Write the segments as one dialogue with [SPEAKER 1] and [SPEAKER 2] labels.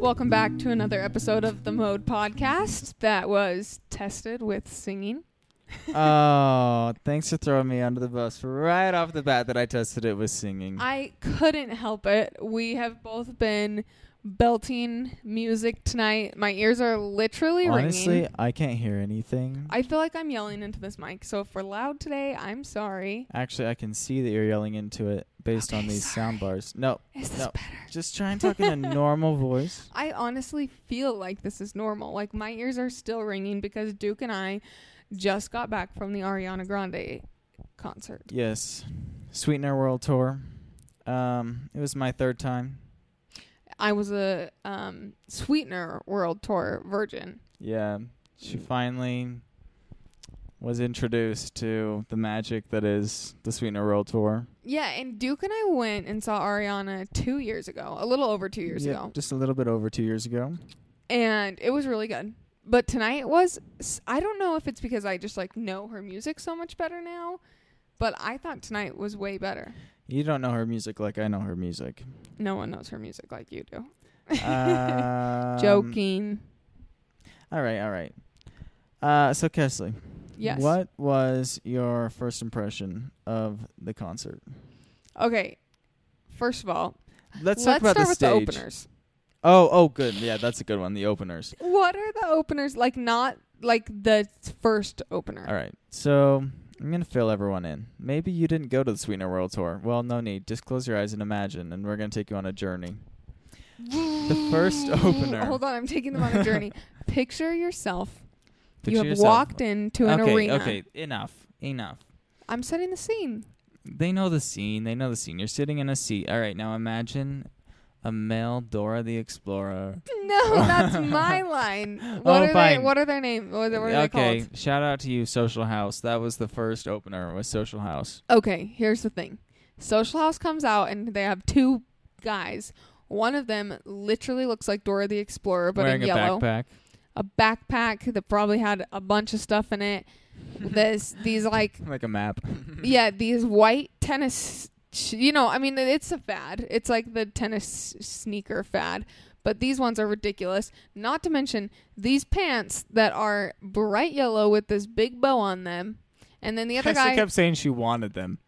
[SPEAKER 1] Welcome back to another episode of the Mode Podcast that was tested with singing.
[SPEAKER 2] oh, thanks for throwing me under the bus right off the bat that I tested it with singing.
[SPEAKER 1] I couldn't help it. We have both been belting music tonight. My ears are literally
[SPEAKER 2] Honestly,
[SPEAKER 1] ringing.
[SPEAKER 2] I can't hear anything.
[SPEAKER 1] I feel like I'm yelling into this mic. So if we're loud today, I'm sorry.
[SPEAKER 2] Actually, I can see that you're yelling into it based on
[SPEAKER 1] Okay,
[SPEAKER 2] these
[SPEAKER 1] sorry.
[SPEAKER 2] sound bars. No,
[SPEAKER 1] Is this
[SPEAKER 2] no.
[SPEAKER 1] better?
[SPEAKER 2] Just try and talk in a normal voice.
[SPEAKER 1] I honestly feel like this is normal. Like my ears are still ringing because Duke and I just got back from the Ariana Grande concert.
[SPEAKER 2] Yes. Sweetener World Tour. Um, it was my third time.
[SPEAKER 1] I was a um, Sweetener World Tour virgin.
[SPEAKER 2] Yeah. She finally was introduced to the magic that is the Sweetener World Tour.
[SPEAKER 1] Yeah, and Duke and I went and saw Ariana two years ago, a little over two years
[SPEAKER 2] Yeah,
[SPEAKER 1] ago,
[SPEAKER 2] Just a little bit over two years ago.
[SPEAKER 1] and it was really good. But tonight was s- I don't know if it's because I just like know her music so much better now, but I thought tonight was way better.
[SPEAKER 2] You don't know her music like I know her music.
[SPEAKER 1] No one knows her music like you do.
[SPEAKER 2] um,
[SPEAKER 1] Joking.
[SPEAKER 2] All right, all right. Uh, so Kesley,
[SPEAKER 1] Yes.
[SPEAKER 2] what was your first impression of the concert?
[SPEAKER 1] Okay. First of all, let's
[SPEAKER 2] Let's, talk about
[SPEAKER 1] start
[SPEAKER 2] the
[SPEAKER 1] with
[SPEAKER 2] stage.
[SPEAKER 1] the openers.
[SPEAKER 2] Oh, oh, good. Yeah, that's a good one. The openers.
[SPEAKER 1] What are the openers like? Not like the first opener.
[SPEAKER 2] All right. So I'm gonna fill everyone in. Maybe you didn't go to the Sweetener World Tour. Well, no need. Just close your eyes and imagine, and we're gonna take you on a journey. The first opener.
[SPEAKER 1] Hold on, I'm taking them on a journey. Picture yourself. you
[SPEAKER 2] Picture
[SPEAKER 1] have
[SPEAKER 2] yourself-
[SPEAKER 1] walked into an
[SPEAKER 2] okay,
[SPEAKER 1] arena.
[SPEAKER 2] Okay. Enough. Enough.
[SPEAKER 1] I'm setting the scene.
[SPEAKER 2] they know the scene. They know the scene. You're sitting in a seat. All right, now imagine a male Dora the Explorer.
[SPEAKER 1] No, that's my line. What
[SPEAKER 2] Oh,
[SPEAKER 1] are they?
[SPEAKER 2] fine.
[SPEAKER 1] What are their names? What are, what are
[SPEAKER 2] okay,
[SPEAKER 1] they called?
[SPEAKER 2] shout out to you, Social House. That was the first opener with Social House.
[SPEAKER 1] Okay, here's the thing. Social House comes out and they have two guys. One of them literally looks like Dora the Explorer, but
[SPEAKER 2] Wearing
[SPEAKER 1] in
[SPEAKER 2] a
[SPEAKER 1] yellow.
[SPEAKER 2] backpack.
[SPEAKER 1] a backpack that probably had a bunch of stuff in it. this these like
[SPEAKER 2] Like a map.
[SPEAKER 1] yeah these white tennis sh- you know I mean it's a fad. It's like the tennis sneaker fad, but these ones are ridiculous. Not to mention these pants that are bright yellow with this big bow on them. And then the other guy,
[SPEAKER 2] kept saying she wanted them.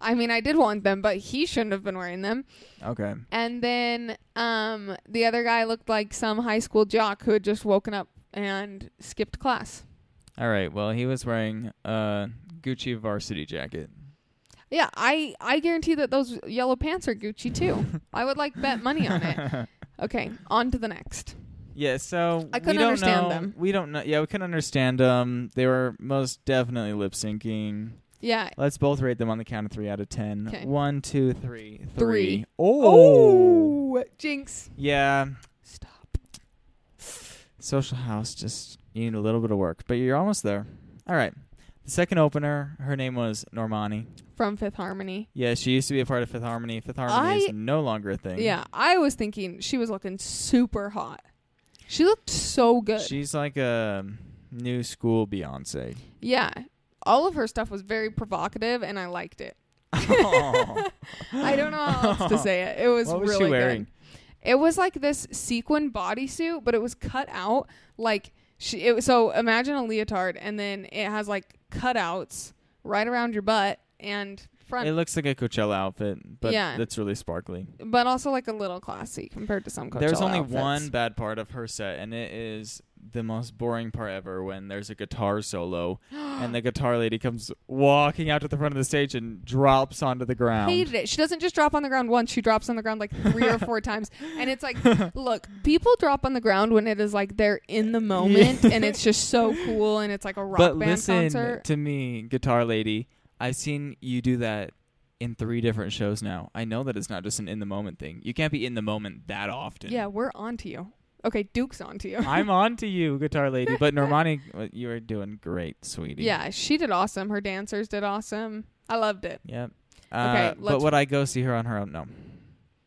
[SPEAKER 1] I mean, I did want them, but he shouldn't have been wearing them.
[SPEAKER 2] Okay.
[SPEAKER 1] And then um, the other guy looked like some high school jock who had just woken up and skipped class.
[SPEAKER 2] All right. Well, he was wearing a Gucci varsity jacket.
[SPEAKER 1] Yeah, I I guarantee that those yellow pants are Gucci too. I would like bet money on it. Okay, on to the next.
[SPEAKER 2] Yeah, so
[SPEAKER 1] I couldn't
[SPEAKER 2] we don't
[SPEAKER 1] understand
[SPEAKER 2] know-
[SPEAKER 1] them.
[SPEAKER 2] We don't know. Yeah, we couldn't understand them. They were most definitely lip syncing.
[SPEAKER 1] Yeah.
[SPEAKER 2] Let's both rate them on the count of three out of ten.
[SPEAKER 1] 'Kay.
[SPEAKER 2] One, two, three, three.
[SPEAKER 1] Three.
[SPEAKER 2] Oh.
[SPEAKER 1] jinx.
[SPEAKER 2] Yeah.
[SPEAKER 1] Stop.
[SPEAKER 2] Social house just you need a little bit of work, but you're almost there. All right. The second opener, her name was Normani.
[SPEAKER 1] From Fifth Harmony.
[SPEAKER 2] Yeah, she used to be a part of Fifth Harmony. Fifth Harmony
[SPEAKER 1] I-
[SPEAKER 2] is no longer a thing.
[SPEAKER 1] Yeah, I was thinking she was looking super hot. She looked so good.
[SPEAKER 2] She's like a new school Beyonce.
[SPEAKER 1] yeah. All of her stuff was very provocative and I liked it.
[SPEAKER 2] Aw.
[SPEAKER 1] I don't know how else to say it. It was,
[SPEAKER 2] what was
[SPEAKER 1] really
[SPEAKER 2] she wearing?
[SPEAKER 1] good. It was like this sequin bodysuit, but it was cut out like she. It was, so imagine a leotard, and then it has like cutouts right around your butt and front,
[SPEAKER 2] It looks like a Coachella outfit, but
[SPEAKER 1] Yeah.
[SPEAKER 2] it's really sparkly.
[SPEAKER 1] but also like a little classy compared to some. Coachella
[SPEAKER 2] there's only
[SPEAKER 1] outfits.
[SPEAKER 2] one bad part of her set, and it is the most boring part ever when there's a guitar solo and the guitar lady comes walking out to the front of the stage and drops onto the ground.
[SPEAKER 1] Hated it. She doesn't just drop on the ground once. She drops on the ground like three or four times, and it's like, look, people drop on the ground when it is like they're in the moment, and it's just so cool, and it's like a rock
[SPEAKER 2] but
[SPEAKER 1] band
[SPEAKER 2] listen
[SPEAKER 1] concert.
[SPEAKER 2] to me, guitar lady. I've seen you do that in three different shows now. I know that it's not just an in the moment thing. You can't be in the moment that often.
[SPEAKER 1] Yeah, we're on to you. Okay, Duke's on to you.
[SPEAKER 2] I'm on to you, guitar lady. But Normani, uh, you are doing great, sweetie.
[SPEAKER 1] yeah, she did awesome. Her dancers did awesome. I loved it.
[SPEAKER 2] Yep.
[SPEAKER 1] Okay,
[SPEAKER 2] Uh, but
[SPEAKER 1] let's-
[SPEAKER 2] would I go see her on her own? No,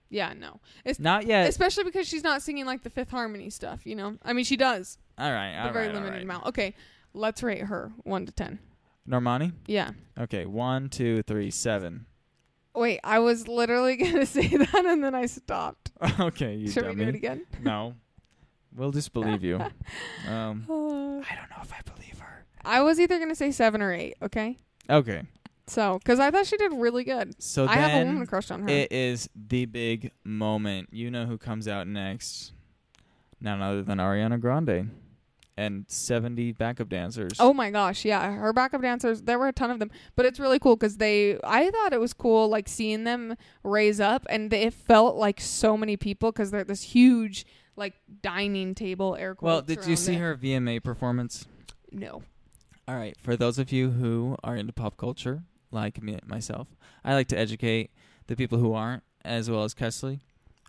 [SPEAKER 1] Yeah, no. It's
[SPEAKER 2] not yet.
[SPEAKER 1] especially because she's not singing like the Fifth Harmony stuff, you know? I mean, she does,
[SPEAKER 2] all right,
[SPEAKER 1] but
[SPEAKER 2] all right,
[SPEAKER 1] very
[SPEAKER 2] all
[SPEAKER 1] limited
[SPEAKER 2] right.
[SPEAKER 1] amount. Okay, let's rate her 1 to 10.
[SPEAKER 2] Normani.
[SPEAKER 1] Yeah.
[SPEAKER 2] Okay, one, two, three, seven.
[SPEAKER 1] Wait, I was literally gonna say that and then I stopped.
[SPEAKER 2] okay, you
[SPEAKER 1] Should
[SPEAKER 2] dummy.
[SPEAKER 1] we do it again?
[SPEAKER 2] No, we'll just believe you. Um,
[SPEAKER 1] Uh,
[SPEAKER 2] I don't know if I believe her.
[SPEAKER 1] I was either gonna say seven or eight. Okay,
[SPEAKER 2] Okay,
[SPEAKER 1] so because I thought she did really good.
[SPEAKER 2] so
[SPEAKER 1] I
[SPEAKER 2] then
[SPEAKER 1] have a woman crush on her.
[SPEAKER 2] it is the big moment. You know who comes out next? None other than Ariana Grande and seventy backup dancers.
[SPEAKER 1] Oh my gosh, yeah, her backup dancers. There were a ton of them, but it's really cool because they. I thought it was cool, like seeing them raise up, and they, it felt like so many people because they're at this huge, like dining table. Air quotes.
[SPEAKER 2] well, did you
[SPEAKER 1] around
[SPEAKER 2] see
[SPEAKER 1] it.
[SPEAKER 2] her VMA performance?
[SPEAKER 1] No.
[SPEAKER 2] All right, for those of you who are into pop culture, like me myself, I like to educate the people who aren't, as well as Kesley,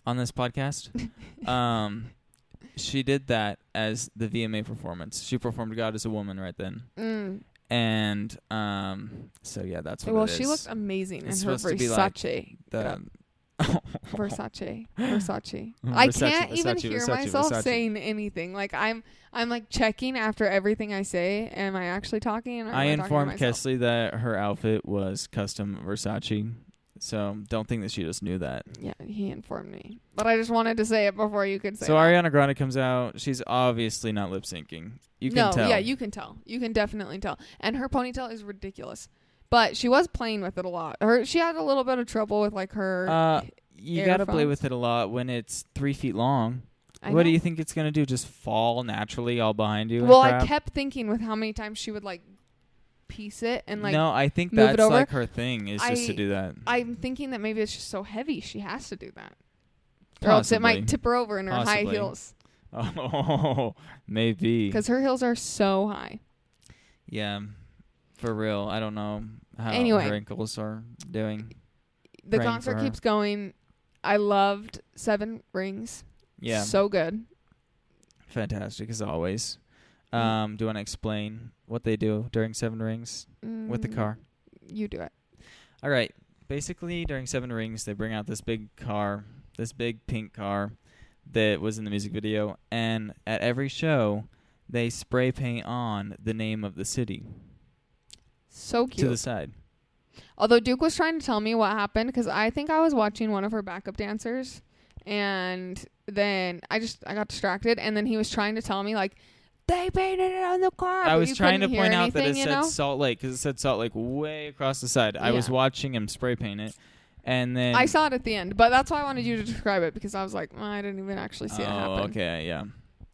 [SPEAKER 2] on this podcast. um, she did that as the VMA performance. She performed "God as a Woman" right then,
[SPEAKER 1] Mm.
[SPEAKER 2] and um, so yeah, that's what.
[SPEAKER 1] Well,
[SPEAKER 2] it
[SPEAKER 1] she
[SPEAKER 2] is.
[SPEAKER 1] looked amazing
[SPEAKER 2] It's
[SPEAKER 1] in her
[SPEAKER 2] supposed to be like
[SPEAKER 1] Versace.
[SPEAKER 2] the.
[SPEAKER 1] Versace, Versace. I
[SPEAKER 2] Mm-hmm. Versace,
[SPEAKER 1] can't even
[SPEAKER 2] Versace,
[SPEAKER 1] hear
[SPEAKER 2] Versace,
[SPEAKER 1] myself
[SPEAKER 2] Versace.
[SPEAKER 1] saying anything. Like I'm, I'm like checking after everything I say. Am I actually talking? Or am
[SPEAKER 2] I
[SPEAKER 1] talking to
[SPEAKER 2] informed
[SPEAKER 1] myself?
[SPEAKER 2] Kesley that her outfit was custom Versace, so don't think that she just knew that.
[SPEAKER 1] Yeah, he informed me, but I just wanted to say it before you could say.
[SPEAKER 2] So
[SPEAKER 1] that.
[SPEAKER 2] Ariana Grande comes out. She's obviously not lip syncing. You can
[SPEAKER 1] no,
[SPEAKER 2] tell.
[SPEAKER 1] yeah, you can tell. You can definitely tell. And her ponytail is ridiculous, but she was playing with it a lot. Her she had a little bit of trouble with like her.
[SPEAKER 2] Uh, you
[SPEAKER 1] air
[SPEAKER 2] got to play
[SPEAKER 1] phones.
[SPEAKER 2] with it a lot when it's three feet long.
[SPEAKER 1] I
[SPEAKER 2] what do
[SPEAKER 1] know.
[SPEAKER 2] you think it's gonna do? Just fall naturally all behind you? and
[SPEAKER 1] Well, I
[SPEAKER 2] crap?
[SPEAKER 1] kept thinking with how many times she would like piece it and like.
[SPEAKER 2] no, I think
[SPEAKER 1] move it
[SPEAKER 2] that's
[SPEAKER 1] over.
[SPEAKER 2] like her thing is just to
[SPEAKER 1] I-
[SPEAKER 2] do that.
[SPEAKER 1] I'm thinking that maybe it's just so heavy she has to do that. Or else it might
[SPEAKER 2] Possibly.
[SPEAKER 1] tip her over in her high
[SPEAKER 2] Possibly.
[SPEAKER 1] heels
[SPEAKER 2] Oh, maybe.
[SPEAKER 1] because her heels are so high.
[SPEAKER 2] Yeah, for real. I don't know how
[SPEAKER 1] Anyway.
[SPEAKER 2] her ankles are doing.
[SPEAKER 1] The
[SPEAKER 2] Praying for
[SPEAKER 1] concert
[SPEAKER 2] her.
[SPEAKER 1] keeps going. I loved Seven Rings.
[SPEAKER 2] Yeah,
[SPEAKER 1] so good.
[SPEAKER 2] fantastic as always.
[SPEAKER 1] Mm.
[SPEAKER 2] Um, do you want to explain what they do during Seven Rings with the
[SPEAKER 1] Mm,
[SPEAKER 2] car?
[SPEAKER 1] You do it.
[SPEAKER 2] All right. Basically, during Seven Rings, they bring out this big car, this big pink car that was in the music video, and at every show, they spray paint on the name of the city
[SPEAKER 1] So
[SPEAKER 2] to
[SPEAKER 1] cute.
[SPEAKER 2] the side.
[SPEAKER 1] Although Duke was trying to tell me what happened because I think I was watching one of her backup dancers, and then I just I got distracted, and then he was trying to tell me like they painted it on the car.
[SPEAKER 2] I
[SPEAKER 1] Ah, but
[SPEAKER 2] was
[SPEAKER 1] you
[SPEAKER 2] trying to
[SPEAKER 1] couldn't hear
[SPEAKER 2] point out that it
[SPEAKER 1] anything,
[SPEAKER 2] said
[SPEAKER 1] you know?
[SPEAKER 2] Salt Lake because it said Salt Lake way across the side. I was
[SPEAKER 1] Yeah.
[SPEAKER 2] watching him spray paint it, and then
[SPEAKER 1] I saw it at the end, but that's why I wanted you to describe it because I was like, "Mm, I didn't even actually see it
[SPEAKER 2] Oh,
[SPEAKER 1] happen.
[SPEAKER 2] okay, yeah,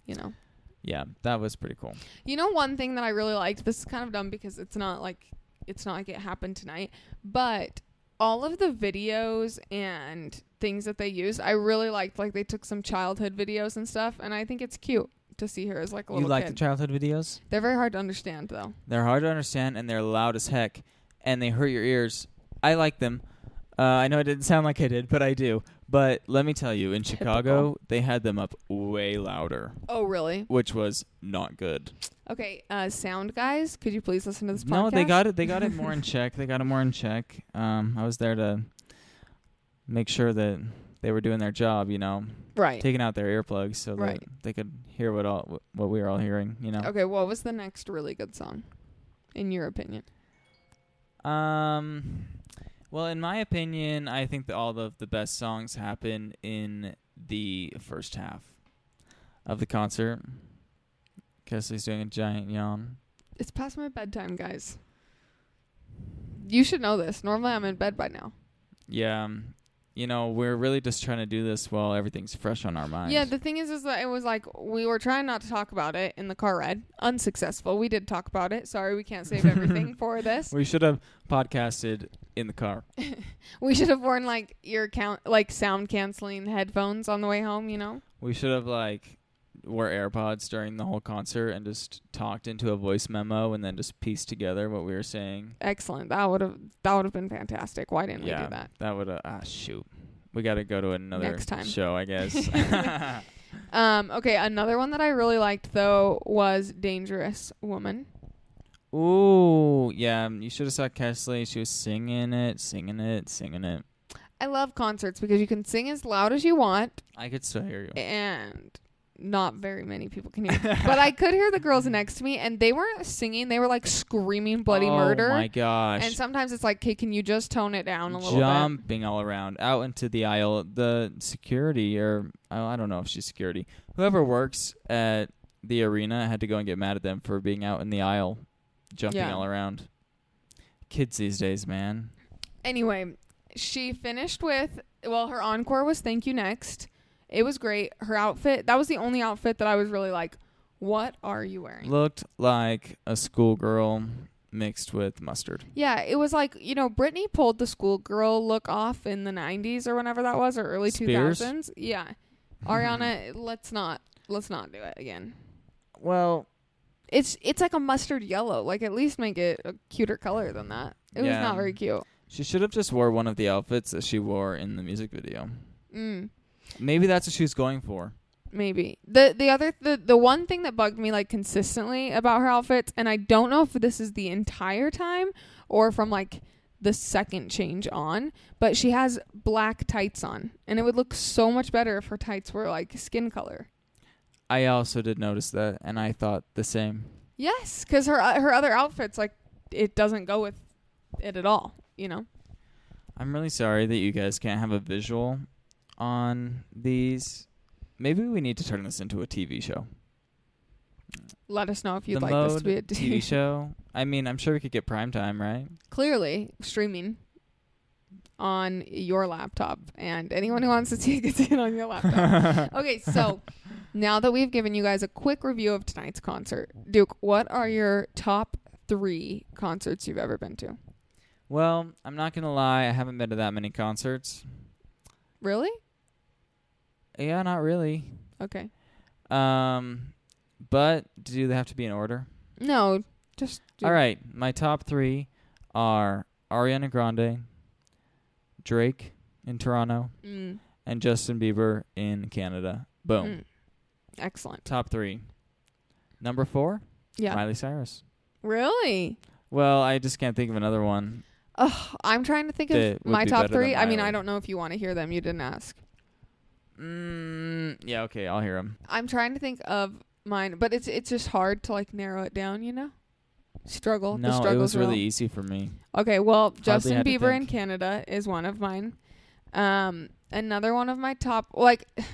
[SPEAKER 1] You know.
[SPEAKER 2] yeah, that was pretty cool.
[SPEAKER 1] You know one thing that I really liked. This is kind of dumb because it's not like it's not like it happened tonight, but all of the videos and things that they used, I really liked. Like they took some childhood videos and stuff, and I think it's cute to see her as like a
[SPEAKER 2] you
[SPEAKER 1] little
[SPEAKER 2] like
[SPEAKER 1] kid.
[SPEAKER 2] the childhood videos?
[SPEAKER 1] They're very hard to understand though.
[SPEAKER 2] They're hard to understand and they're loud as heck, and they hurt your ears. I like them. Uh, I know it didn't sound like I did, but I do. But let me tell you, in Chicago, they had them up way louder,
[SPEAKER 1] Oh really?
[SPEAKER 2] which was not good.
[SPEAKER 1] Okay, uh, sound guys, could you please listen to this podcast?
[SPEAKER 2] No, they got it. They got it more in check. They got it more in check. Um, I was there to make sure that they were doing their job. You know,
[SPEAKER 1] right.
[SPEAKER 2] taking out their earplugs so
[SPEAKER 1] Right.
[SPEAKER 2] that they could hear what all what we were all hearing. You know.
[SPEAKER 1] Okay, what was the next really good song, in your opinion?
[SPEAKER 2] Um, well, in my opinion, I think that all of the best songs happen in the first half of the concert. Kesley's doing a giant yawn.
[SPEAKER 1] It's past my bedtime, guys. You should know this. Normally, I'm in bed by now.
[SPEAKER 2] Yeah, um, you know, we're really just trying to do this while everything's fresh on our minds.
[SPEAKER 1] Yeah, the thing is, is that it was like we were trying not to talk about it in the car ride. Unsuccessful. We did talk about it. Sorry, we can't save everything for this.
[SPEAKER 2] we should have podcasted in the car.
[SPEAKER 1] We should have worn like ear count, like sound canceling headphones on the way home. You know.
[SPEAKER 2] We should have like wore AirPods during the whole concert and just talked into a voice memo and then just pieced together what we were saying.
[SPEAKER 1] Excellent. That would have that would have been fantastic. Why didn't we
[SPEAKER 2] yeah,
[SPEAKER 1] do that?
[SPEAKER 2] That would uh, ah shoot. We got to go to another
[SPEAKER 1] Next time.
[SPEAKER 2] show, I guess.
[SPEAKER 1] Um. Okay. Another one that I really liked though was "Dangerous Woman."
[SPEAKER 2] Ooh, yeah. um, You should have saw Kesley. She was singing it, singing it, singing it.
[SPEAKER 1] I love concerts because you can sing as loud as you want
[SPEAKER 2] I could still hear you.
[SPEAKER 1] and not very many people can hear. Eh, but I could hear the girls next to me, and they weren't singing; they were like screaming bloody
[SPEAKER 2] oh
[SPEAKER 1] murder.
[SPEAKER 2] my gosh.
[SPEAKER 1] And sometimes it's like, "Okay, can you just tone it down a little bit?"
[SPEAKER 2] jumping all around out into the aisle. The security, or I I don't know if she's security, whoever works at the arena had to go and get mad at them for being out in the aisle, jumping
[SPEAKER 1] Yeah.
[SPEAKER 2] all around. Kids these days, man.
[SPEAKER 1] Anyway, she finished with well, her encore was "Thank You Next." It was great. Her outfit that was the only outfit that I was really like, "What are you wearing?"
[SPEAKER 2] Looked like a schoolgirl mixed with mustard.
[SPEAKER 1] Yeah, it was like you know, Britney pulled the schoolgirl look off in the '90s or whenever that was, or early
[SPEAKER 2] Spears?
[SPEAKER 1] 2000s. Yeah, Ariana, let's not let's not do it again.
[SPEAKER 2] Well,
[SPEAKER 1] It's it's like a mustard yellow. Like at least make it a cuter color than that. It
[SPEAKER 2] Yeah.
[SPEAKER 1] was not very cute.
[SPEAKER 2] she should have just wore one of the outfits that she wore in the music video.
[SPEAKER 1] Mm,
[SPEAKER 2] Maybe that's what she was going for.
[SPEAKER 1] maybe the the other the the one thing that bugged me like consistently about her outfits, and I don't know if this is the entire time or from like the second change on, but she has black tights on, and it would look so much better if her tights were like skin color.
[SPEAKER 2] I also did notice that, and I thought the same.
[SPEAKER 1] Yes, because her uh, her other outfits like it doesn't go with it at all. You know.
[SPEAKER 2] I'm really sorry that you guys can't have a visual on these. Maybe we need to turn this into a TV show.
[SPEAKER 1] Let us know if you'd
[SPEAKER 2] the
[SPEAKER 1] like this to be a
[SPEAKER 2] Mode TV show. I mean, I'm sure we could get prime time, right?
[SPEAKER 1] clearly streaming on your laptop and anyone who wants to see it can see it on your laptop okay so now that we've given you guys a quick review of tonight's concert duke what are your top three concerts you've ever been to
[SPEAKER 2] Well, I'm not gonna lie. I haven't been to that many concerts.
[SPEAKER 1] really
[SPEAKER 2] Yeah, not really.
[SPEAKER 1] okay
[SPEAKER 2] Um, but do they have to be in order?
[SPEAKER 1] no just do-
[SPEAKER 2] All right. My top three are Ariana Grande, Drake in Toronto,
[SPEAKER 1] Mm,
[SPEAKER 2] and Justin Bieber in Canada. Boom.
[SPEAKER 1] mm. excellent
[SPEAKER 2] Top three. Number four,
[SPEAKER 1] yeah
[SPEAKER 2] Miley Cyrus.
[SPEAKER 1] really
[SPEAKER 2] Well, I just can't think of another one.
[SPEAKER 1] Ugh, i'm trying to think
[SPEAKER 2] That
[SPEAKER 1] of
[SPEAKER 2] would
[SPEAKER 1] my
[SPEAKER 2] be
[SPEAKER 1] top
[SPEAKER 2] better than
[SPEAKER 1] three i mean
[SPEAKER 2] Miley.
[SPEAKER 1] i don't know if you want to hear them you didn't ask
[SPEAKER 2] Mm, yeah, okay, I'll hear him.
[SPEAKER 1] I'm trying to think of mine, but it's it's just hard to like narrow it down, you know. Struggle. the
[SPEAKER 2] No, it
[SPEAKER 1] struggle's
[SPEAKER 2] was really
[SPEAKER 1] real.
[SPEAKER 2] easy for me.
[SPEAKER 1] okay. Well, Justin
[SPEAKER 2] had to
[SPEAKER 1] Bieber in
[SPEAKER 2] think.
[SPEAKER 1] Canada is one of mine. Um, another one of my top like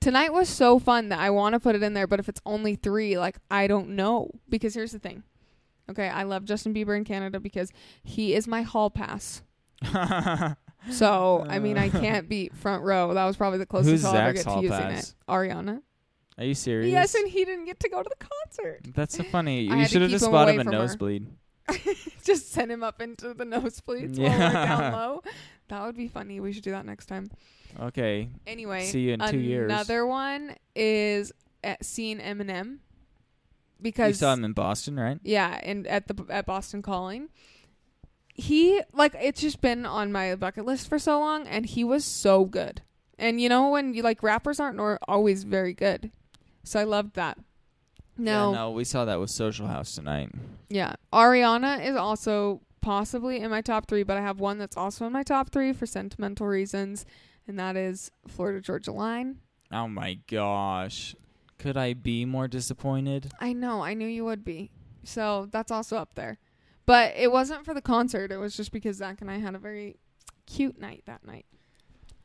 [SPEAKER 1] tonight was so fun that I want to put it in there, but if it's only three, like I don't know because here's the thing. Okay, I love Justin Bieber in Canada because he is my hall pass. So I mean, I can't beat front row. That was probably the closest
[SPEAKER 2] Who's
[SPEAKER 1] I'll ever
[SPEAKER 2] Zach's
[SPEAKER 1] get to
[SPEAKER 2] hall
[SPEAKER 1] using
[SPEAKER 2] pass?
[SPEAKER 1] it. Ariana.
[SPEAKER 2] Are you serious?
[SPEAKER 1] Yes, and he didn't get to go to the concert.
[SPEAKER 2] That's so funny.
[SPEAKER 1] I
[SPEAKER 2] you
[SPEAKER 1] had to
[SPEAKER 2] should have
[SPEAKER 1] keep
[SPEAKER 2] just
[SPEAKER 1] him
[SPEAKER 2] bought
[SPEAKER 1] away
[SPEAKER 2] him a
[SPEAKER 1] from her.
[SPEAKER 2] nosebleed.
[SPEAKER 1] just send him up into the nosebleeds while we're down
[SPEAKER 2] Yeah.
[SPEAKER 1] low. That would be funny. We should do that next time.
[SPEAKER 2] Okay.
[SPEAKER 1] Anyway,
[SPEAKER 2] See you in two years.
[SPEAKER 1] Another one is at seeing Eminem because
[SPEAKER 2] You saw him in Boston, right?
[SPEAKER 1] yeah, and at the at Boston Calling, he like it's just been on my bucket list for so long, and he was so good. And you know when you like rappers aren't nor- always very good, so I loved that. Now,
[SPEAKER 2] Yeah, no, we saw that with Social House tonight.
[SPEAKER 1] Yeah. Ariana is also possibly in my top three, but I have one that's also in my top three for sentimental reasons, and that is Florida Georgia Line.
[SPEAKER 2] Oh my gosh. Could I be more disappointed?
[SPEAKER 1] I know, I knew you would be. So that's also up there. But it wasn't for the concert, it was just because Zach and I had a very cute night that night.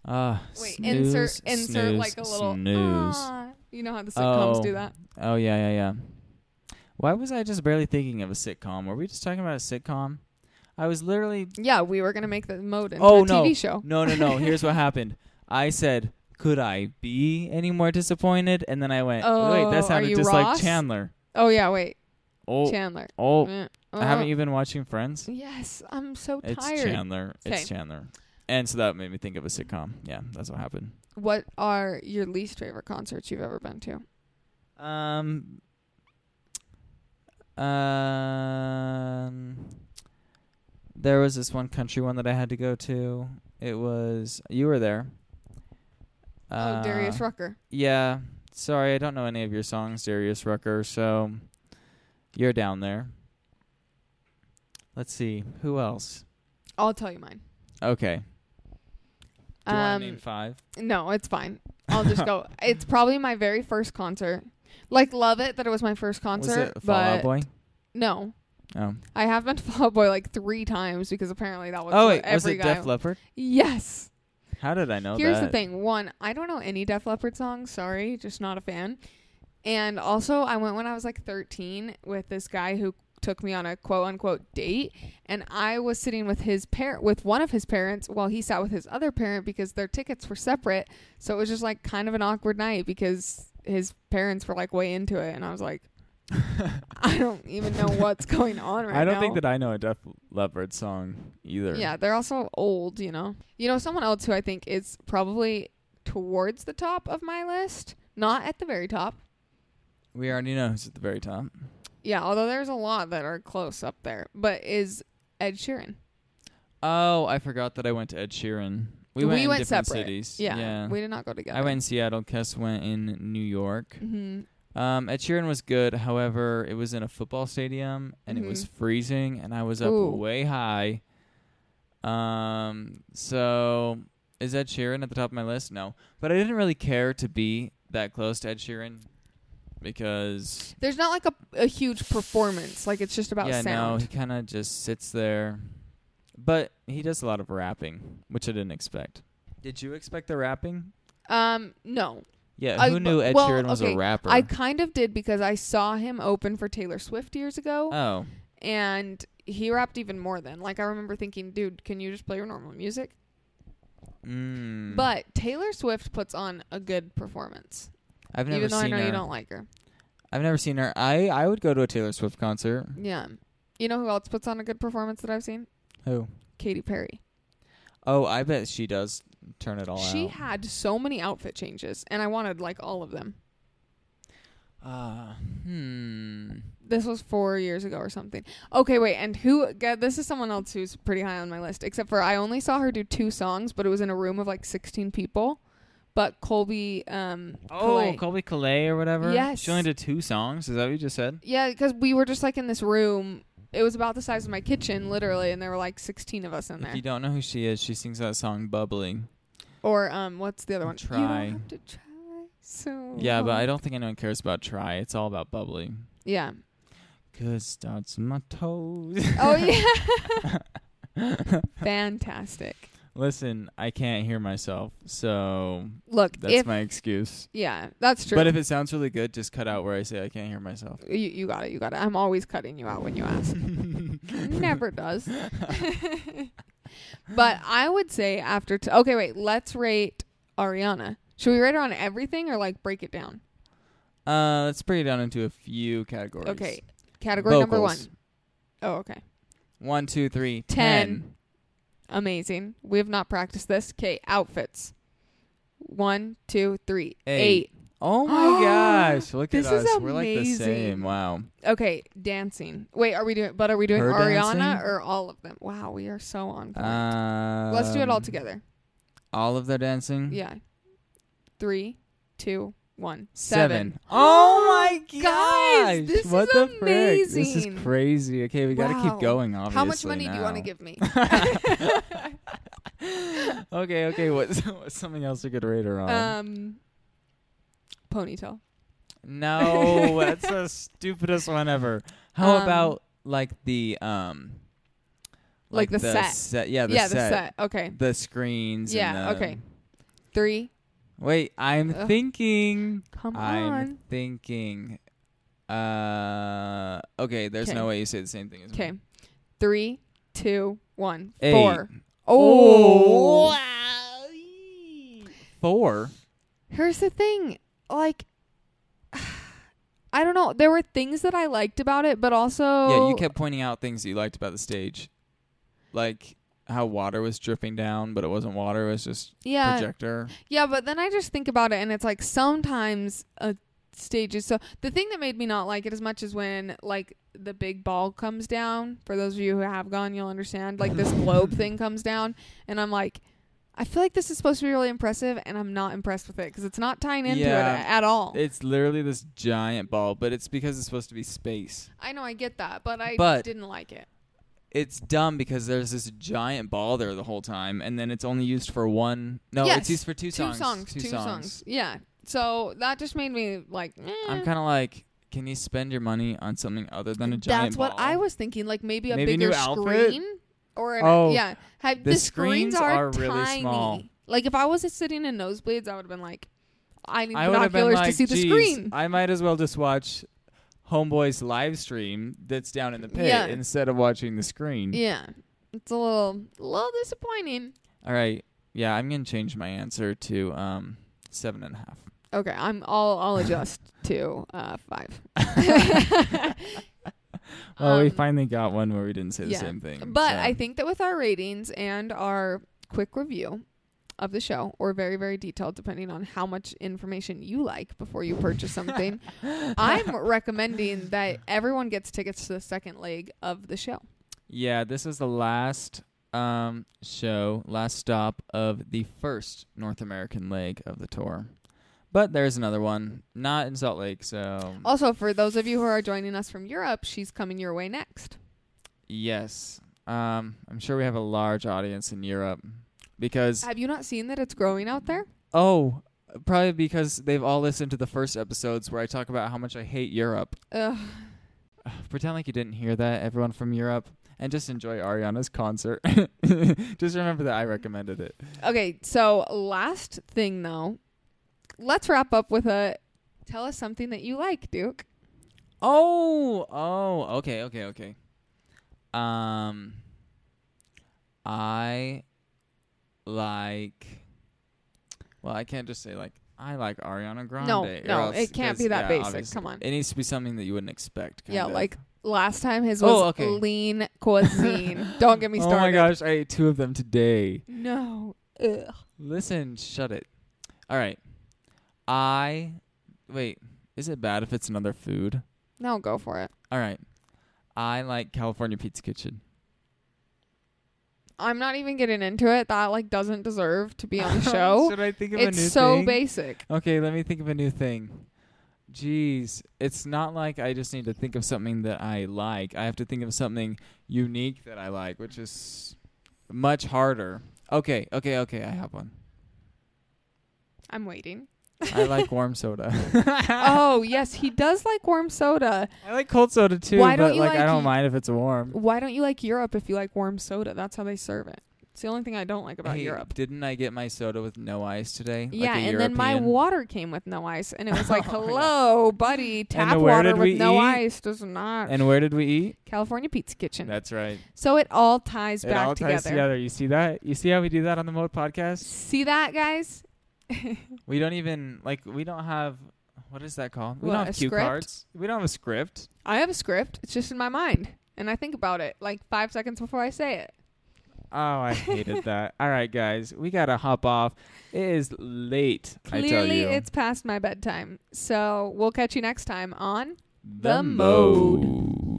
[SPEAKER 2] Uh,
[SPEAKER 1] Wait,
[SPEAKER 2] snooze,
[SPEAKER 1] insert
[SPEAKER 2] snooze,
[SPEAKER 1] insert like a little
[SPEAKER 2] snooze.
[SPEAKER 1] "Ah." You know how the sitcoms
[SPEAKER 2] Oh.
[SPEAKER 1] do that?
[SPEAKER 2] Oh yeah, yeah, yeah. Why was I just barely thinking of a sitcom? Were we just talking about a sitcom? I was literally
[SPEAKER 1] Yeah, we were gonna make the mode into
[SPEAKER 2] Oh,
[SPEAKER 1] a
[SPEAKER 2] no.
[SPEAKER 1] TV show.
[SPEAKER 2] No, no, no. Here's what happened. I said, "Could I be any more disappointed?" And then I went, "Wait,
[SPEAKER 1] Oh, are
[SPEAKER 2] that sounded
[SPEAKER 1] you
[SPEAKER 2] just
[SPEAKER 1] Ross?
[SPEAKER 2] like Chandler."
[SPEAKER 1] Oh yeah, wait.
[SPEAKER 2] Oh,
[SPEAKER 1] Chandler.
[SPEAKER 2] oh.
[SPEAKER 1] Yeah.
[SPEAKER 2] Haven't you been watching Friends?
[SPEAKER 1] Yes, I'm so
[SPEAKER 2] It's
[SPEAKER 1] tired.
[SPEAKER 2] Chandler.
[SPEAKER 1] Okay.
[SPEAKER 2] It's Chandler. And so that made me think of a sitcom. Yeah, that's what happened.
[SPEAKER 1] What are your least favorite concerts you've ever been to?
[SPEAKER 2] Um. Um. There was this one country one that I had to go to. It was you were there.
[SPEAKER 1] oh, Darius
[SPEAKER 2] Uh,
[SPEAKER 1] Rucker.
[SPEAKER 2] Yeah. Sorry, I don't know any of your songs, Darius Rucker, so you're down there. Let's see. Who else?
[SPEAKER 1] I'll tell you mine.
[SPEAKER 2] Okay. Do you want
[SPEAKER 1] um,
[SPEAKER 2] to name five?
[SPEAKER 1] no, it's fine. I'll just go. It's probably my very first concert. Like love it that it was my first concert,
[SPEAKER 2] Was it Fall
[SPEAKER 1] but
[SPEAKER 2] Out Boy?
[SPEAKER 1] no,
[SPEAKER 2] Oh,
[SPEAKER 1] I have been to Fall Out Boy like three times because apparently that was
[SPEAKER 2] oh
[SPEAKER 1] what
[SPEAKER 2] wait, was
[SPEAKER 1] every
[SPEAKER 2] it
[SPEAKER 1] guy.
[SPEAKER 2] Def Leppard?
[SPEAKER 1] yes.
[SPEAKER 2] How did I know
[SPEAKER 1] Here's
[SPEAKER 2] that?
[SPEAKER 1] the thing. One, I don't know any Def Leppard songs. Sorry, just not a fan. And also, I went when I was like 13 with this guy who took me on a quote unquote date, and I was sitting with his parent, with one of his parents, while he sat with his other parent because their tickets were separate. So it was just like kind of an awkward night because his parents were like way into it, and I was like, I don't even know what's going on right now.
[SPEAKER 2] I don't think that I know a Def Leppard song either.
[SPEAKER 1] Yeah, they're also old, you know. You know, someone else who I think is probably towards the top of my list, not at the very top.
[SPEAKER 2] we already know who's at the very top.
[SPEAKER 1] Yeah, although there's a lot that are close up there, but is Ed Sheeran.
[SPEAKER 2] Oh, I forgot that I went to Ed Sheeran. We went, in different
[SPEAKER 1] separate.
[SPEAKER 2] cities.
[SPEAKER 1] Yeah, we did not go together.
[SPEAKER 2] I went in Seattle. Kess went in New York.
[SPEAKER 1] hmm
[SPEAKER 2] Um, Ed Sheeran was good. However, it was in a football stadium and it was
[SPEAKER 1] Mhm.
[SPEAKER 2] freezing, and I was up
[SPEAKER 1] Ooh.
[SPEAKER 2] way high. Um, so is Ed Sheeran at the top of my list? No, but I didn't really care to be that close to Ed Sheeran because
[SPEAKER 1] There's not like a, a huge performance. Like it's just about
[SPEAKER 2] yeah, no,
[SPEAKER 1] sound.
[SPEAKER 2] he kind of just sits there. But he does a lot of rapping, which I didn't expect. Did you expect the rapping?
[SPEAKER 1] Um, no,
[SPEAKER 2] Yeah,
[SPEAKER 1] I-
[SPEAKER 2] who knew Ed
[SPEAKER 1] well,
[SPEAKER 2] Sheeran was
[SPEAKER 1] okay,
[SPEAKER 2] a rapper?
[SPEAKER 1] I kind of did because I saw him open for Taylor Swift years ago.
[SPEAKER 2] oh,
[SPEAKER 1] and he rapped even more then. Like I remember thinking, dude, can you just play your normal music?
[SPEAKER 2] mm.
[SPEAKER 1] But Taylor Swift puts on a good performance,
[SPEAKER 2] I've never
[SPEAKER 1] even though I
[SPEAKER 2] seen
[SPEAKER 1] know
[SPEAKER 2] her.
[SPEAKER 1] you don't like her.
[SPEAKER 2] I've never seen her. I I would go to a Taylor Swift concert.
[SPEAKER 1] Yeah, you know who else puts on a good performance that I've seen?
[SPEAKER 2] Who?
[SPEAKER 1] Katy Perry.
[SPEAKER 2] Oh, I bet she does turn it all
[SPEAKER 1] she
[SPEAKER 2] out.
[SPEAKER 1] had so many outfit changes, and I wanted like all of them.
[SPEAKER 2] uh, hmm.
[SPEAKER 1] This was four years ago or something. Okay, wait, and who? God, this is someone else who's pretty high on my list. Except for I only saw her do two songs, but it was in a room of like sixteen people. But Colby, um,
[SPEAKER 2] Oh,
[SPEAKER 1] Calais-
[SPEAKER 2] Colby Calais or whatever.
[SPEAKER 1] Yes.
[SPEAKER 2] She only did two songs. Is that what you just said?
[SPEAKER 1] Yeah, because we were just like in this room. It was about the size of my kitchen, literally, and there were like sixteen of us in
[SPEAKER 2] If
[SPEAKER 1] there.
[SPEAKER 2] you don't know who she is, she sings that song "Bubbling."
[SPEAKER 1] Or um, what's the other one? You
[SPEAKER 2] Try.
[SPEAKER 1] don't have to try so.
[SPEAKER 2] Yeah, but I
[SPEAKER 1] hard.
[SPEAKER 2] don't think anyone cares about "Try." It's all about "Bubbly."
[SPEAKER 1] Yeah.
[SPEAKER 2] Cause starts my toes.
[SPEAKER 1] Oh yeah. Oh, Fantastic.
[SPEAKER 2] Listen, I can't hear myself, so
[SPEAKER 1] Look,
[SPEAKER 2] that's
[SPEAKER 1] if
[SPEAKER 2] my excuse.
[SPEAKER 1] yeah, that's true.
[SPEAKER 2] But if it sounds really good, just cut out where I say I can't hear myself.
[SPEAKER 1] you, you got it, you got it. I'm always cutting you out when you ask. Never does. but I would say after. T- okay, wait. Let's rate Ariana. Should we rate her on everything or like break it down?
[SPEAKER 2] Uh, let's break it down into a few categories.
[SPEAKER 1] Okay. Category number one.
[SPEAKER 2] Vocals.
[SPEAKER 1] Oh, okay.
[SPEAKER 2] One, two, three,
[SPEAKER 1] Ten.
[SPEAKER 2] ten.
[SPEAKER 1] Amazing. We have not practiced this. Okay, outfits. One, two, three,
[SPEAKER 2] Eight.
[SPEAKER 1] eight.
[SPEAKER 2] Oh my gosh! Look
[SPEAKER 1] This
[SPEAKER 2] at us.
[SPEAKER 1] is
[SPEAKER 2] We're like the same.
[SPEAKER 1] amazing.
[SPEAKER 2] Wow.
[SPEAKER 1] Okay, dancing. Wait, are we doing? But are we doing
[SPEAKER 2] Her
[SPEAKER 1] Ariana
[SPEAKER 2] dancing?
[SPEAKER 1] or all of them? Wow, we are so on point.
[SPEAKER 2] Um,
[SPEAKER 1] Let's do it all together.
[SPEAKER 2] All of their dancing.
[SPEAKER 1] Yeah. Three, two, one.
[SPEAKER 2] Seven.
[SPEAKER 1] Seven.
[SPEAKER 2] Oh my
[SPEAKER 1] Guys,
[SPEAKER 2] gosh!
[SPEAKER 1] this
[SPEAKER 2] what
[SPEAKER 1] is
[SPEAKER 2] the frick? This
[SPEAKER 1] amazing.
[SPEAKER 2] is crazy. Okay, we gotta
[SPEAKER 1] Wow.
[SPEAKER 2] keep going. Obviously.
[SPEAKER 1] How much money do you want to
[SPEAKER 2] now.
[SPEAKER 1] give me?
[SPEAKER 2] okay. Okay. What's, what's something else we could rate her on?
[SPEAKER 1] um, ponytail.
[SPEAKER 2] No, that's the stupidest one ever. How
[SPEAKER 1] Um,
[SPEAKER 2] about like the um,
[SPEAKER 1] Like the set.
[SPEAKER 2] yeah, the
[SPEAKER 1] yeah, the
[SPEAKER 2] set,
[SPEAKER 1] set. Okay.
[SPEAKER 2] the screens. and
[SPEAKER 1] Yeah,
[SPEAKER 2] the-
[SPEAKER 1] okay. Three.
[SPEAKER 2] Wait, I'm
[SPEAKER 1] Ugh.
[SPEAKER 2] thinking.
[SPEAKER 1] Come
[SPEAKER 2] I'm
[SPEAKER 1] on.
[SPEAKER 2] thinking. Uh, okay. There's no
[SPEAKER 1] Okay.
[SPEAKER 2] way you say the same thing. as me.
[SPEAKER 1] Okay. Three, two, one.
[SPEAKER 2] Eight.
[SPEAKER 1] Four.
[SPEAKER 2] Oh.
[SPEAKER 1] wow.
[SPEAKER 2] Four.
[SPEAKER 1] Here's the thing. Like I don't know. There were things that I liked about it, but also
[SPEAKER 2] Yeah, you kept pointing out things that you liked about the stage, like how water was dripping down, but it wasn't water. It was just
[SPEAKER 1] Yeah.
[SPEAKER 2] projector.
[SPEAKER 1] Yeah, but then I just think about it and it's like sometimes a stage is so the thing that made me not like it as much is when like the big ball comes down. For those of you who have gone, you'll understand. Like this globe thing comes down and I'm like I feel like this is supposed to be really impressive and I'm not impressed with it because it's not tying into
[SPEAKER 2] Yeah.
[SPEAKER 1] it at all.
[SPEAKER 2] It's literally this giant ball, but it's because it's supposed to be space.
[SPEAKER 1] I know I get that, but I
[SPEAKER 2] But-
[SPEAKER 1] didn't like it.
[SPEAKER 2] it's dumb because there's this giant ball there the whole time, and then it's only used for one. No,
[SPEAKER 1] Yes,
[SPEAKER 2] it's used for two songs.
[SPEAKER 1] Two songs. Yeah. So that just made me like.
[SPEAKER 2] I'm
[SPEAKER 1] eh.
[SPEAKER 2] kind of like, can you spend your money on something other than a giant
[SPEAKER 1] That's what
[SPEAKER 2] ball?
[SPEAKER 1] I was thinking. Like maybe a
[SPEAKER 2] Maybe
[SPEAKER 1] bigger
[SPEAKER 2] new outfit?
[SPEAKER 1] screen or an,
[SPEAKER 2] Oh,
[SPEAKER 1] yeah. Have,
[SPEAKER 2] the
[SPEAKER 1] the, screens,
[SPEAKER 2] screens
[SPEAKER 1] are,
[SPEAKER 2] are really
[SPEAKER 1] tiny.
[SPEAKER 2] small.
[SPEAKER 1] Like if I was sitting in nosebleeds, I would have been like, I need
[SPEAKER 2] I would have been
[SPEAKER 1] binoculars
[SPEAKER 2] like,
[SPEAKER 1] to see the
[SPEAKER 2] "Geez,
[SPEAKER 1] screen.
[SPEAKER 2] I might as well just watch Homeboy's live stream that's down in the pit
[SPEAKER 1] Yeah.
[SPEAKER 2] instead of watching the screen.
[SPEAKER 1] yeah, it's a little, little disappointing.
[SPEAKER 2] All right. Yeah, I'm gonna change my answer to um seven and a half.
[SPEAKER 1] Okay, I'm. I'll. I'll adjust to uh, five.
[SPEAKER 2] Well, Oh, we
[SPEAKER 1] Um,
[SPEAKER 2] finally got one where we didn't say the
[SPEAKER 1] yeah.
[SPEAKER 2] same thing.
[SPEAKER 1] But
[SPEAKER 2] so.
[SPEAKER 1] I think that with our ratings and our quick review of the show, or very, very detailed, depending on how much information you like before you purchase something, I'm recommending that everyone gets tickets to the second leg of the show.
[SPEAKER 2] Yeah, this is the last um show, last stop of the first North American leg of the tour. But there's another one, not in Salt Lake, so
[SPEAKER 1] Also, for those of you who are joining us from Europe, she's coming your way next.
[SPEAKER 2] yes. Um I'm sure we have a large audience in Europe because
[SPEAKER 1] Have you not seen that it's growing out there?
[SPEAKER 2] oh, probably because they've all listened to the first episodes where I talk about how much I hate Europe.
[SPEAKER 1] Ugh.
[SPEAKER 2] Pretend like you didn't hear that, everyone from Europe, and just enjoy Ariana's concert. just remember that I recommended it.
[SPEAKER 1] Okay, so last thing though, let's wrap up with a tell us something that you like, Duke.
[SPEAKER 2] Oh, oh, okay, okay, okay. Um, I like. Well, I can't just say like I like Ariana Grande.
[SPEAKER 1] No,
[SPEAKER 2] or
[SPEAKER 1] no,
[SPEAKER 2] else-
[SPEAKER 1] it can't be
[SPEAKER 2] 'cause,
[SPEAKER 1] that
[SPEAKER 2] yeah,
[SPEAKER 1] basic.
[SPEAKER 2] obviously.
[SPEAKER 1] Come on.
[SPEAKER 2] It needs to be something that you wouldn't expect.
[SPEAKER 1] Yeah,
[SPEAKER 2] kind of.
[SPEAKER 1] like last time his was
[SPEAKER 2] Oh, okay.
[SPEAKER 1] lean cuisine. Don't get me started.
[SPEAKER 2] Oh my gosh, I ate two of them today.
[SPEAKER 1] No. Ugh.
[SPEAKER 2] Listen, shut it. All right, I wait. Is it bad if it's another food?
[SPEAKER 1] No, go for it.
[SPEAKER 2] All right, I like California Pizza Kitchen.
[SPEAKER 1] I'm not even getting into it. That like doesn't deserve to be on the show.
[SPEAKER 2] Should I think of a new
[SPEAKER 1] it's so
[SPEAKER 2] thing?
[SPEAKER 1] basic.
[SPEAKER 2] Okay, let me think of a new thing. Jeez, it's not like I just need to think of something that I like. I have to think of something unique that I like, which is much harder. Okay, okay, okay. I have one.
[SPEAKER 1] I'm waiting.
[SPEAKER 2] I like warm soda.
[SPEAKER 1] oh yes, he does like warm soda.
[SPEAKER 2] I like cold soda too,
[SPEAKER 1] Why don't
[SPEAKER 2] but
[SPEAKER 1] you
[SPEAKER 2] like, I
[SPEAKER 1] like
[SPEAKER 2] don't
[SPEAKER 1] y-
[SPEAKER 2] mind if it's warm.
[SPEAKER 1] Why don't you like Europe if you like warm soda? That's how they serve it. It's the only thing I don't like about
[SPEAKER 2] Hey,
[SPEAKER 1] Europe.
[SPEAKER 2] Didn't I get my soda with no ice today? Like
[SPEAKER 1] yeah,
[SPEAKER 2] a
[SPEAKER 1] and then my
[SPEAKER 2] European?
[SPEAKER 1] water came with no ice, and it was like,
[SPEAKER 2] Oh, yeah.
[SPEAKER 1] "Hello, buddy, tap
[SPEAKER 2] where
[SPEAKER 1] water
[SPEAKER 2] did
[SPEAKER 1] with
[SPEAKER 2] we
[SPEAKER 1] no
[SPEAKER 2] eat?
[SPEAKER 1] ice does not."
[SPEAKER 2] And where did we eat?
[SPEAKER 1] California Pizza Kitchen.
[SPEAKER 2] That's right.
[SPEAKER 1] So it all ties
[SPEAKER 2] It
[SPEAKER 1] back
[SPEAKER 2] all
[SPEAKER 1] together.
[SPEAKER 2] ties together. You see that? You see how we do that on the Mode podcast?
[SPEAKER 1] See that, guys?
[SPEAKER 2] We don't even like we don't have what is that called? We
[SPEAKER 1] What,
[SPEAKER 2] don't
[SPEAKER 1] a
[SPEAKER 2] have cue
[SPEAKER 1] script?
[SPEAKER 2] cards. We don't have a script.
[SPEAKER 1] I have a script. It's just in my mind, and I think about it like five seconds before I say it.
[SPEAKER 2] Oh, I hated that. All right, guys, we gotta hop off. It is late. I tell
[SPEAKER 1] Clearly,
[SPEAKER 2] you,
[SPEAKER 1] it's past my bedtime. So we'll catch you next time on
[SPEAKER 2] the
[SPEAKER 1] Mode.
[SPEAKER 2] mode.